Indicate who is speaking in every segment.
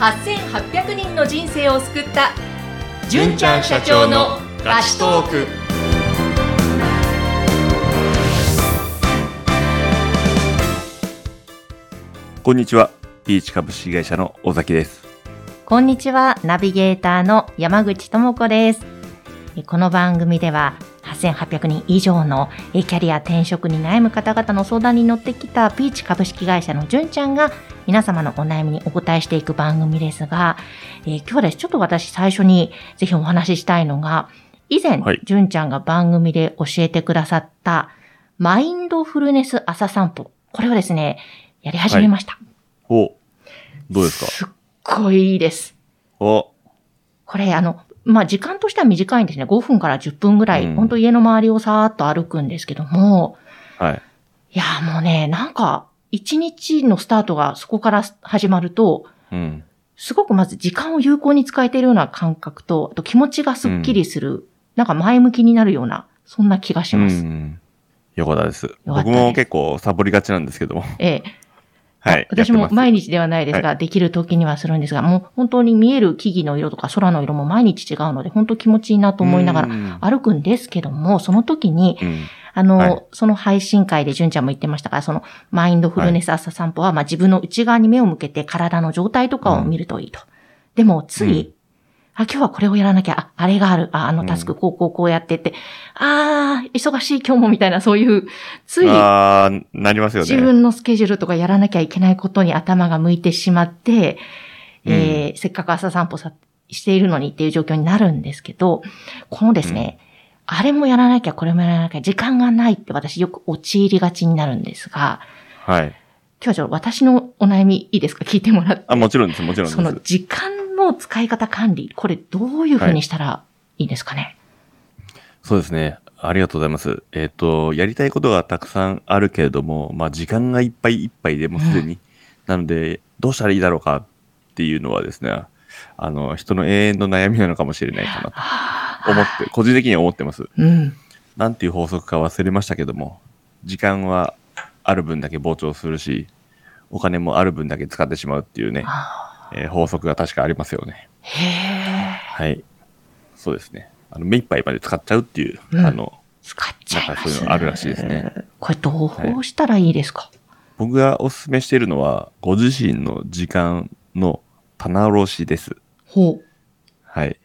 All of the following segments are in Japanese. Speaker 1: 8800人の人生を救った
Speaker 2: 純ちゃん社長のラストーク
Speaker 3: こんにちは。ピーチ株式会社の尾崎です。
Speaker 4: こんにちは、ナビゲーターの山口智子です。えこの番組では、8800人以上のえキャリア転職に悩む方々の相談に乗ってきたピーチ株式会社の純ちゃんが皆様のお悩みにお答えしていく番組ですが、えー今日はですねちょっと私最初にぜひお話ししたいのが、以前、
Speaker 3: はい
Speaker 4: 純ちゃんが番組で教えてくださったマインドフルネス朝散歩。これをですね、やり始めました。
Speaker 3: お、どうですか
Speaker 4: すっごいいいです。
Speaker 3: お、
Speaker 4: これ、あの、まあ、時間としては短いんですね。5分から10分ぐらい、
Speaker 3: うん
Speaker 4: 本当家の周りをさーっと歩くんですけども、
Speaker 3: はい。
Speaker 4: いやー、もうね、なんか、一日のスタートがそこから始まると、
Speaker 3: うん。
Speaker 4: すごくまず時間を有効に使えているような感覚と、あと気持ちがスッキリする、なんか前向きになるような、そんな気がします。
Speaker 3: うん。よかったです。
Speaker 4: かった
Speaker 3: 僕も結構サボりがちなんですけども。
Speaker 4: ええ
Speaker 3: はい。
Speaker 4: 私
Speaker 3: や
Speaker 4: も
Speaker 3: ってます
Speaker 4: 毎日ではないですが、できる時にはするんですが、もう本当に見える木々の色とか空の色も毎日違うので、本当気持ちいいなと思いなが
Speaker 3: う
Speaker 4: ら
Speaker 3: ん
Speaker 4: 歩くんですけども、その時に、
Speaker 3: うん。
Speaker 4: あの、
Speaker 3: はい
Speaker 4: その配信会で純ちゃんも言ってましたが、そのマインドフルネス朝散歩は、まあ自分の内側に目を向けて体の状態とかを見るといいと。でも、つい、
Speaker 3: う
Speaker 4: あ、今日はこれをやらなきゃ、あ、あれがある、あ、あのタス
Speaker 3: う
Speaker 4: ク、こう、こう、こうやってって、あー、忙しい今日もみたいな、そういう、つい、
Speaker 3: あー、なりますよね。
Speaker 4: 自分のスケジュールとかやらなきゃいけないことに頭が向いてしまって、えーせっかく朝散歩さしているのにっていう状況になるんですけど、このですね、あれもやらなきゃこれもやらなきゃ時間がないって私よく陥りがちになるんですが、
Speaker 3: はい。
Speaker 4: 今日はちょっと私のお悩みいいですか聞いてもらって。
Speaker 3: あ、もちろんです、もちろんです。
Speaker 4: その時間の使い方管理、これどういうふうにしたらいいですかね、
Speaker 3: そうですね。ありがとうございます。えっ、と、やりたいことがたくさんあるけれども、まあ、時間がいっぱいいっぱいでもうすでに、なので、どうしたらいいだろうかっていうのはですね、あの、人の永遠の悩みなのかもしれないかな
Speaker 4: あ
Speaker 3: と思って、個人的には思ってます。
Speaker 4: ーうん。
Speaker 3: なんていう法則か忘れましたけども、時間はある分だけ膨張するし、お金もある分だけ使ってしまうっていうね、
Speaker 4: あ
Speaker 3: えー法則が確かありますよね。
Speaker 4: ーへえ。
Speaker 3: はい。そうですね。あの、目いっぱいまで使っちゃうっていう、
Speaker 4: うん
Speaker 3: あの、
Speaker 4: 使っちゃいます。
Speaker 3: なんかそういうのあるらしいですね。
Speaker 4: これどうしたらいいですか、
Speaker 3: 僕がおすすめしているのは、ご自身の時間の棚卸しです。
Speaker 4: ほう。
Speaker 3: はい。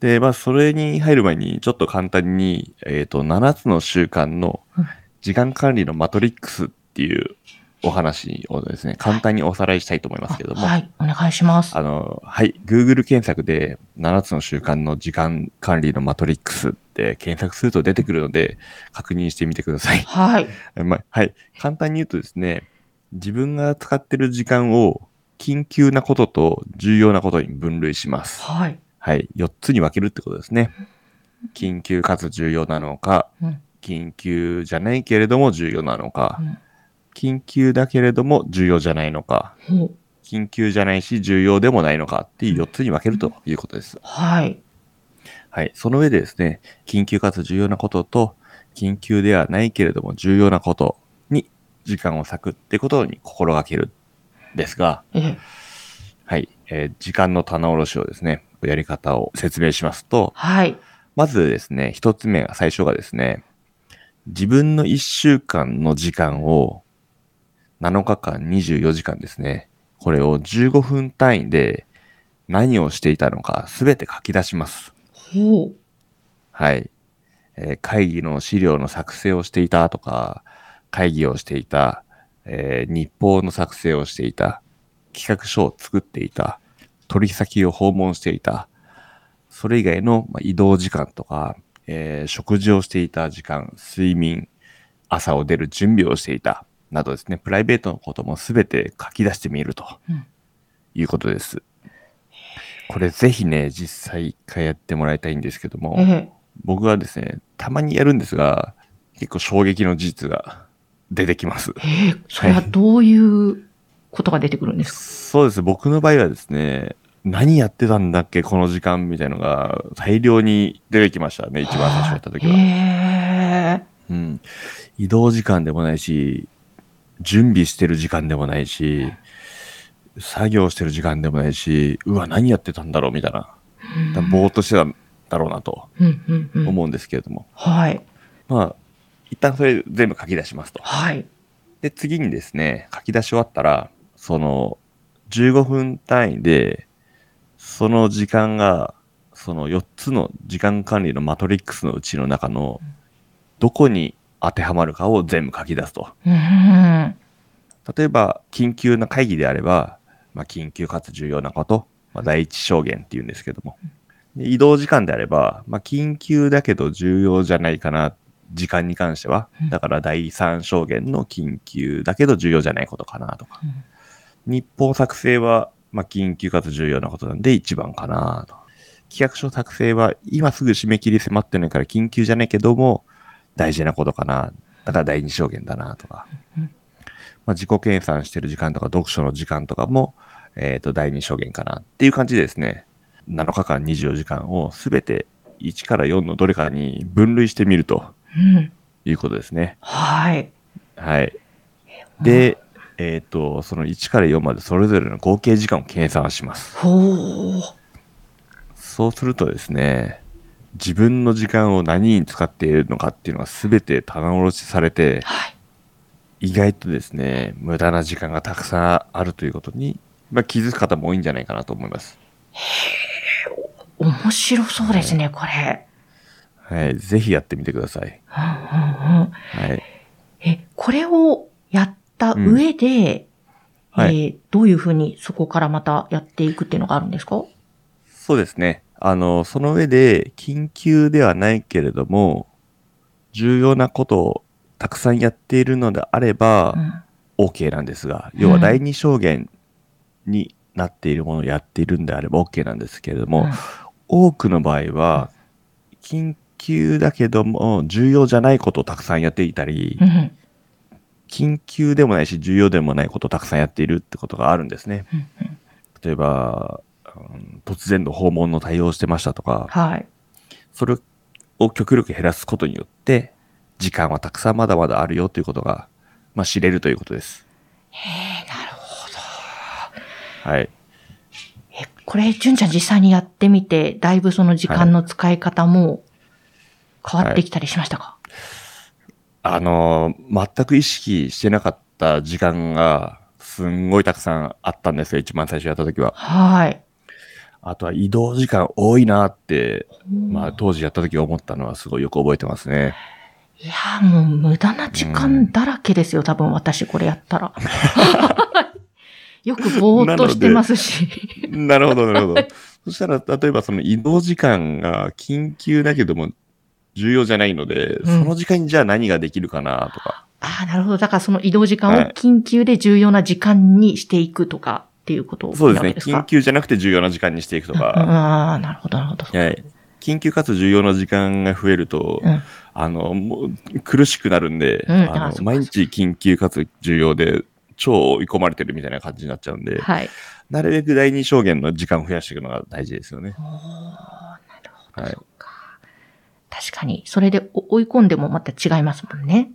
Speaker 3: で、まあ、それに入る前に、ちょっと簡単に、えっ、と、7つの習慣の
Speaker 4: うん
Speaker 3: 時間管理のマトリックスっていうお話をですね、簡単におさらいしたいと思いますけども、
Speaker 4: はい、お願いします。
Speaker 3: あの、はい、Google 検索で7つの習慣の時間管理のマトリックスって検索すると出てくるので、確認してみてください。
Speaker 4: はい。
Speaker 3: えまあ、はい。簡単に言うとですね、自分が使ってる時間を緊急なことと重要なことに分類します。
Speaker 4: はい。
Speaker 3: はい。4つに分けるってことですね。緊急かつ重要なのか、
Speaker 4: うん
Speaker 3: 緊急じゃないけれども重要なのか、
Speaker 4: うん
Speaker 3: 緊急だけれども重要じゃないのか、
Speaker 4: ほう。
Speaker 3: 緊急じゃないし重要でもないのかっていう4つに分けるということです。
Speaker 4: はい。
Speaker 3: はい。その上でですね、緊急かつ重要なことと、緊急ではないけれども重要なことに時間を割くってことに心がける。ですが、
Speaker 4: え、
Speaker 3: はい。えー時間の棚卸しをですね、やり方を説明しますと、
Speaker 4: はい。
Speaker 3: まずですね、一つ目が、最初がですね、自分の一週間の時間を、7日間24時間ですね、これを15分単位で何をしていたのかすべて書き出します。
Speaker 4: ほう。
Speaker 3: はい。えー会議の資料の作成をしていたとか、会議をしていた、えー日報の作成をしていた、企画書を作っていた、取引先を訪問していた、それ以外のまあ移動時間とか、えー食事をしていた時間、睡眠、朝を出る準備をしていた、などですね、プライベートのこともすべて書き出してみると
Speaker 4: うん
Speaker 3: いうことです。これぜひね、実際一回やってもらいたいんですけども、
Speaker 4: ええ、
Speaker 3: 僕はですね、たまにやるんですが、結構衝撃の事実が出てきます。
Speaker 4: ええ、それはどういうことが出てくるんですか、
Speaker 3: そうです。僕の場合はですね、何やってたんだっけこの時間みたいのが大量に出てきましたね。一番最初やった時は。
Speaker 4: ええ、
Speaker 3: うん。移動時間でもないし、準備してる時間でもないし、作業してる時間でもないし、うわ、何やってたんだろうみたいな、多分ぼーっとしてたんだろうなと
Speaker 4: うんうんうん
Speaker 3: 思うんですけれども、
Speaker 4: はい。
Speaker 3: まあ、一旦それ全部書き出しますと。
Speaker 4: はい。
Speaker 3: で、次にですね、書き出し終わったら、その、15分単位で、その時間が、その4つの時間管理のマトリックスのうちの中の、どこに当てはまるかを全部書き出すと。
Speaker 4: うんうん
Speaker 3: 例えば、緊急な会議であれば、まあ、緊急かつ重要なこと、まあ、第一証言っていうんですけども。で移動時間であれば、まあ、緊急だけど重要じゃないかな、時間に関しては
Speaker 4: うん。
Speaker 3: だから、第三証言の緊急だけど重要じゃないことかなとか。
Speaker 4: うん
Speaker 3: 日報作成は、まあ、緊急かつ重要なことなんで一番かなと。企画書作成は、今すぐ締め切り迫ってないから緊急じゃないけども、大事なことかな。だから第二証言だなとか。まあ、自己計算してる時間とか読書の時間とかも、えっ、と、第二証言かなっていう感じでですね、7日間24時間をすべて1から4のどれかに分類してみると
Speaker 4: うん。
Speaker 3: いうことですね。
Speaker 4: はい。
Speaker 3: はい。で、えっ、と、その1から4までそれぞれの合計時間を計算します。
Speaker 4: ほう。
Speaker 3: そうするとですね、自分の時間を何に使っているのかっていうのが全て棚卸しされて、
Speaker 4: はい。
Speaker 3: 意外とですね、無駄な時間がたくさんあるということに、まあ、気づく方も多いんじゃないかなと思います。
Speaker 4: 面白そうですね、これ。
Speaker 3: はい。ぜひやってみてください。
Speaker 4: うんうんうん。
Speaker 3: はい。
Speaker 4: え、これをやった上で、
Speaker 3: うんはい
Speaker 4: えーどういうふうにそこからまたやっていくっていうのがあるんですか
Speaker 3: そうですね。あの、その上で、緊急ではないけれども、重要なことをたくさんやっているのであれ
Speaker 4: う
Speaker 3: ば、
Speaker 4: ん
Speaker 3: OK なんですが、
Speaker 4: うん
Speaker 3: 要は第二証言になっているものをやっているんであれば OK なんですけれども、
Speaker 4: うん
Speaker 3: 多くの場合は、緊急だけども、重要じゃないことをたくさんやっていたり
Speaker 4: う、ん
Speaker 3: 緊急でもないし重要でもないことをたくさんやっているってことがあるんですね。
Speaker 4: うんうん
Speaker 3: 例えば、うん突然の訪問の対応をしてましたとか、
Speaker 4: はい。
Speaker 3: それを極力減らすことによって、時間はたくさんまだまだあるよということが、まあ、知れるということです。
Speaker 4: えー、なるほど。
Speaker 3: はい。
Speaker 4: え、これ、純ちゃん実際にやってみて、だいぶその時間の使い方も変わってきたりしましたか、
Speaker 3: あのー全く意識してなかった時間が、すんごいたくさんあったんですよ、一番最初やった時は。
Speaker 4: はい。
Speaker 3: あとは移動時間多いなって、まあ
Speaker 4: うん
Speaker 3: 当時やった時思ったのはすごいよく覚えてますね。
Speaker 4: いやー、もう無駄な時間だらけですよ、多分私これやったら。 よくぼーっとしてますし。
Speaker 3: なるほど、なるほど。そしたら、例えばその移動時間が緊急だけども重要じゃないので、
Speaker 4: ん
Speaker 3: その時間にじゃあ何ができるかなとか。
Speaker 4: ああ、なるほど。だからその移動時間を
Speaker 3: はい
Speaker 4: 緊急で重要な時間にしていくとかっていうこと
Speaker 3: そう
Speaker 4: な
Speaker 3: です
Speaker 4: ん
Speaker 3: ね。
Speaker 4: ですか
Speaker 3: 緊急じゃなくて重要な時間にしていくとか。
Speaker 4: ああー、なるほど、なるほど。
Speaker 3: はい。緊急かつ重要な時間が増えると、
Speaker 4: うん
Speaker 3: あの、もう苦しくなるんで、
Speaker 4: うんあ
Speaker 3: あ
Speaker 4: そっ
Speaker 3: の
Speaker 4: か
Speaker 3: 毎日緊急かつ重要で、超追い込まれてるみたいな感じになっちゃうんで、
Speaker 4: はい。
Speaker 3: なるべく第二証言の時間を増やしていくのが大事ですよね。
Speaker 4: おーなるほど、
Speaker 3: はい
Speaker 4: そっか。確かに、それでお追い込んでもまた違いますもんね。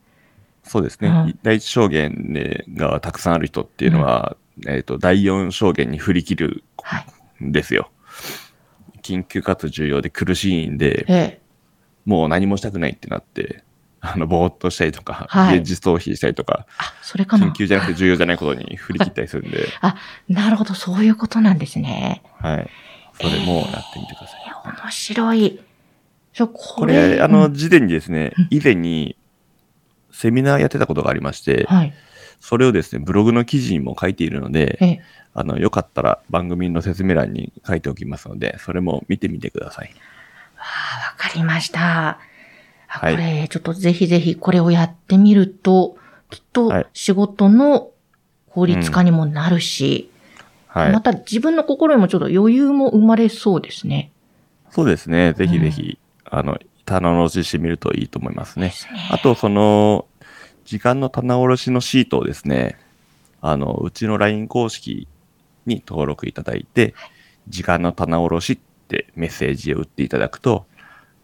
Speaker 3: そうですね。
Speaker 4: うん
Speaker 3: 第一証言ねがたくさんある人っていうのは、えっ、と、第四証言に振り切る
Speaker 4: はい。
Speaker 3: んですよ。緊急かつ重要で苦しいんで、
Speaker 4: ええ。
Speaker 3: もう何もしたくないってなって、あの、ぼーっとしたりとか、
Speaker 4: はい
Speaker 3: 現実逃避したりとか、
Speaker 4: あ、それかな
Speaker 3: 緊。急じゃなくて重要じゃないことに振り切ったりする んで、
Speaker 4: なるほど、そういうことなんですね。
Speaker 3: はい。それもやってみてください。
Speaker 4: えー面白い。そうこ
Speaker 3: これ、あの、
Speaker 4: うん
Speaker 3: 事前にですね、以前に、セミナーやってたことがありまして、
Speaker 4: はい。
Speaker 3: それをですね、ブログの記事にも書いているので、
Speaker 4: えー
Speaker 3: あの、よかったら番組の説明欄に書いておきますので、それも見てみてください。
Speaker 4: あわかりました。あこ
Speaker 3: はい
Speaker 4: れ、ちょっとぜひぜひこれをやってみると、きっと
Speaker 3: はい
Speaker 4: 仕事の効率化にもなるし、
Speaker 3: は
Speaker 4: ま
Speaker 3: い。
Speaker 4: た自分の心にもちょっと余裕も生まれそうですね。
Speaker 3: そうですね。ぜひぜひ、あの、棚卸ししてみるといいと思いますね
Speaker 4: で。すね
Speaker 3: あと、その、時間の棚卸しのシートをですね、あの、うちの LINE 公式に登録いただいて、時間の棚卸しってメッセージを打っていただくと、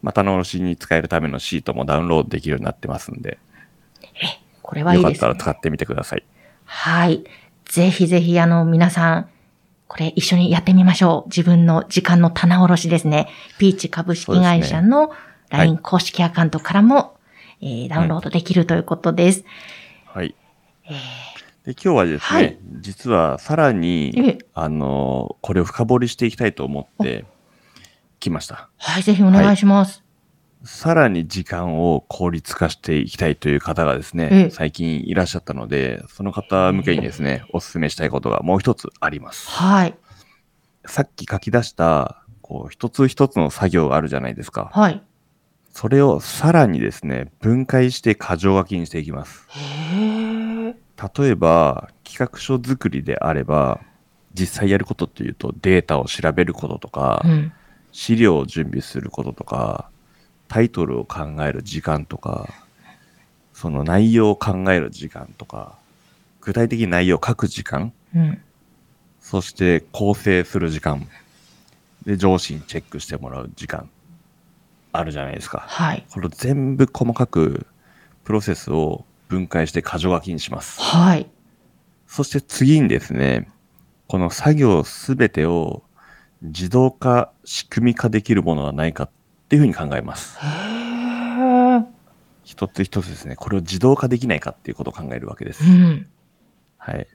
Speaker 3: まあ、棚卸しに使えるためのシートもダウンロードできるようになってますんで、
Speaker 4: これはい
Speaker 3: よ
Speaker 4: い
Speaker 3: か
Speaker 4: で
Speaker 3: っ
Speaker 4: す
Speaker 3: た
Speaker 4: ね
Speaker 3: ら。使ってみてください。
Speaker 4: はい。ぜひぜひ、あの、皆さん、これ一緒にやってみましょう。自分の時間の棚卸しですね。ピーチ株式会社の
Speaker 3: はい
Speaker 4: LINE 公式アカウントからも、えーダウンロードできるということです。
Speaker 3: はい。
Speaker 4: え
Speaker 3: で、今日はですね、
Speaker 4: はい
Speaker 3: 実はさらに、
Speaker 4: ええ
Speaker 3: あの、これを深掘りしていきたいと思って来ました。
Speaker 4: はい、ぜひお願いします。
Speaker 3: さらに時間を効率化していきたいという方がですね、
Speaker 4: ええ
Speaker 3: 最近いらっしゃったので、その方向けにですね、お勧めしたいことがもう一つあります。
Speaker 4: はい、
Speaker 3: さっき書き出した、こう、一つ一つの作業があるじゃないですか。
Speaker 4: はい。
Speaker 3: それをさらにですね、分解して箇条書きにしていきます。
Speaker 4: へえ。
Speaker 3: 例えば、企画書作りであれば、実際やることっていうと、データを調べることとか、
Speaker 4: うん。
Speaker 3: 資料を準備することとかタイトルを考える時間とかその内容を考える時間とか具体的に内容を書く時間
Speaker 4: うん。
Speaker 3: そして構成する時間で上司にチェックしてもらう時間あるじゃないですか
Speaker 4: はい。
Speaker 3: これを全部細かくプロセスを分解して箇条書きにします
Speaker 4: はい。
Speaker 3: そして次にですね、この作業すべてを自動化、仕組み化できるものはないかっていうふうに考えます。一つ一つですね、これを自動化できないかっていうことを考えるわけです
Speaker 4: う。ん。
Speaker 3: はい。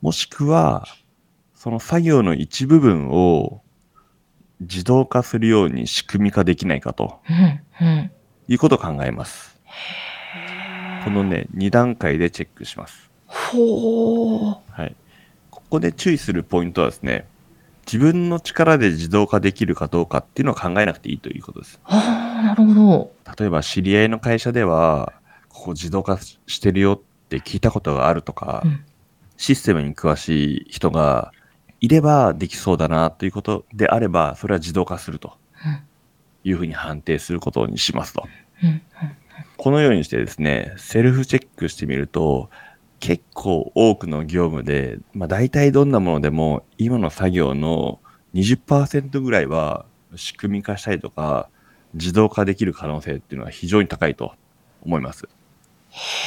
Speaker 3: もしくは、その作業の一部分を自動化するように仕組み化できないかと
Speaker 4: うん。うん。
Speaker 3: いうことを考えます。このね、2段階でチェックします。
Speaker 4: ほー。
Speaker 3: はい。ここで注意するポイントはですね、自分の力で自動化できるかどうかっていうのを考えなくていいということです。
Speaker 4: ああ、なるほど。
Speaker 3: 例えば知り合いの会社では、ここ自動化ししてるよって聞いたことがあるとか、
Speaker 4: うん
Speaker 3: システムに詳しい人がいればできそうだなということであれば、それは自動化すると
Speaker 4: うん
Speaker 3: いうふうに判定することにしますと。
Speaker 4: うん。
Speaker 3: このようにしてですね、セルフチェックしてみると、結構多くの業務で、まあ大体どんなものでも、今の作業の20%ぐらいは仕組み化したりとか、自動化できる可能性っていうのは非常に高いと思います。
Speaker 4: へ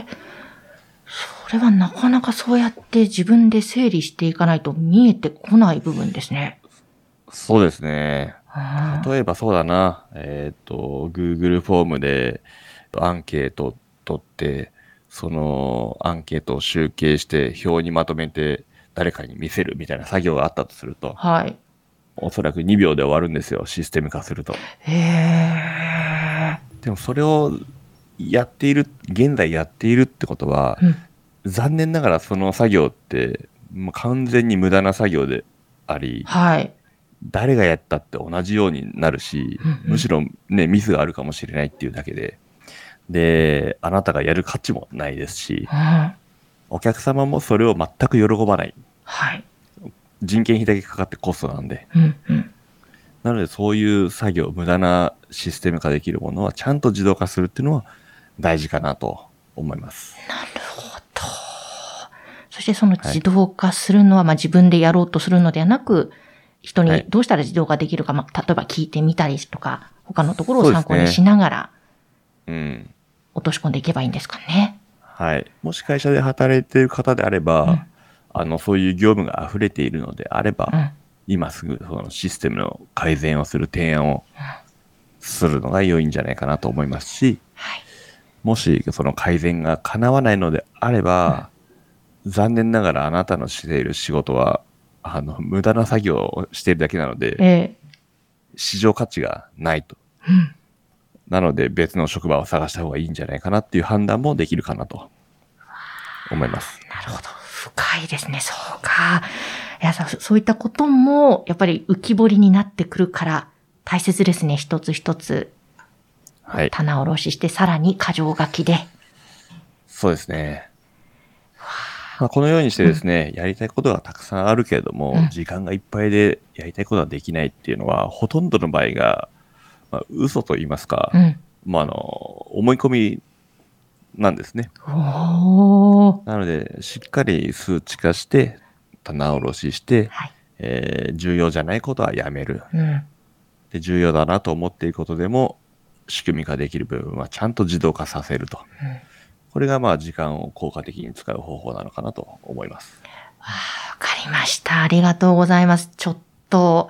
Speaker 4: え。それはなかなかそうやって自分で整理していかないと見えてこない部分ですね。
Speaker 3: そうですね。
Speaker 4: あー
Speaker 3: 例えばそうだな、えっ、と、Google フォームでアンケートを取って、そのアンケートを集計して表にまとめて誰かに見せるみたいな作業があったとすると、
Speaker 4: はい。
Speaker 3: おそらく2秒で終わるんですよ、システム化すると。
Speaker 4: へえ。
Speaker 3: でもそれをやっている、現在やっているってことは、
Speaker 4: うん
Speaker 3: 残念ながらその作業って、もう完全に無駄な作業であり、
Speaker 4: はい。
Speaker 3: 誰がやったって同じようになるし
Speaker 4: うんうん、
Speaker 3: むしろね、ミスがあるかもしれないっていうだけで、で、あなたがやる価値もないですし
Speaker 4: う、ん。
Speaker 3: お客様もそれを全く喜ばない。
Speaker 4: はい。
Speaker 3: 人件費だけかかってコストなんで。
Speaker 4: うん。うん。
Speaker 3: なのでそういう作業、無駄なシステム化できるものはちゃんと自動化するっていうのは大事かなと思います。
Speaker 4: そしてその自動化するのは、まあ自分でやろうとするのではなく、人
Speaker 3: は
Speaker 4: に
Speaker 3: い
Speaker 4: どうしたら自動化できるか、まあ例えば聞いてみたりとか、他のところ
Speaker 3: そ
Speaker 4: を
Speaker 3: うです
Speaker 4: 参
Speaker 3: ね
Speaker 4: 考にしながら
Speaker 3: うん。
Speaker 4: 落とし込んでいけばいいんですかね。
Speaker 3: はい。もし会社で働いている方であれば、
Speaker 4: うん
Speaker 3: あの、そういう業務が溢れているのであれば、
Speaker 4: うん。
Speaker 3: 今すぐそのシステムの改善をする提案をするのが良いんじゃないかなと思いますし、
Speaker 4: はい。
Speaker 3: もしその改善が叶わないのであれば、残念ながらあなたのしている仕事は、あの、無駄な作業をしているだけなので、
Speaker 4: え
Speaker 3: 市場価値がないと。
Speaker 4: えうん。
Speaker 3: なので別の職場を探した方がいいんじゃないかなっていう判断もできるかなと思います。
Speaker 4: なるほど。深いですね。そうか。いや、そそういったことも、やっぱり浮き彫りになってくるから、大切ですね。一つ一つ、
Speaker 3: はい。
Speaker 4: 棚卸しして、さらに箇条書きで。
Speaker 3: そうですね。まあ、このようにしてですね、やりたいことがたくさんあるけれども、
Speaker 4: うん
Speaker 3: 時間がいっぱいでやりたいことができないっていうのは、ほとんどの場合が、まあ、嘘と言いますか、
Speaker 4: うん。
Speaker 3: まあ、あの、思い込みなんですね。
Speaker 4: おー。
Speaker 3: なので、しっかり数値化して、棚卸しして、
Speaker 4: はい。
Speaker 3: えー重要じゃないことはやめる。
Speaker 4: うん。
Speaker 3: で重要だなと思っていることでも仕組み化できる部分はちゃんと自動化させると、これがまあ時間を効果的に使う方法なのかなと思います。
Speaker 4: わかりました。ありがとうございます。ちょっと、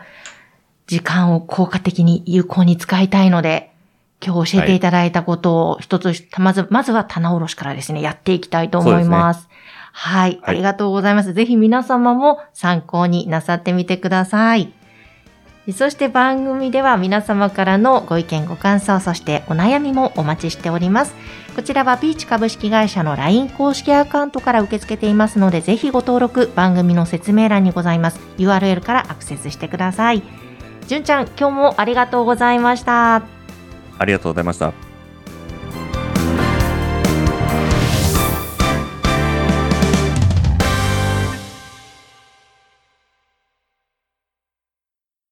Speaker 4: 時間を効果的に有効に使いたいので、今日教えていただいたことを一つ、まず、まずは棚卸しからですね、やっていきたいと思います。はい、
Speaker 3: はい
Speaker 4: ありがとうございます。ぜひ皆様も参考になさってみてください。そして番組では皆様からのご意見、ご感想、そしてお悩みもお待ちしております。こちらはピーチ株式会社の LINE 公式アカウントから受け付けていますので、ぜひご登録、番組の説明欄にございます URL からアクセスしてください。じゅんちゃん、今日もありがとうございました。
Speaker 3: ありがとうございました。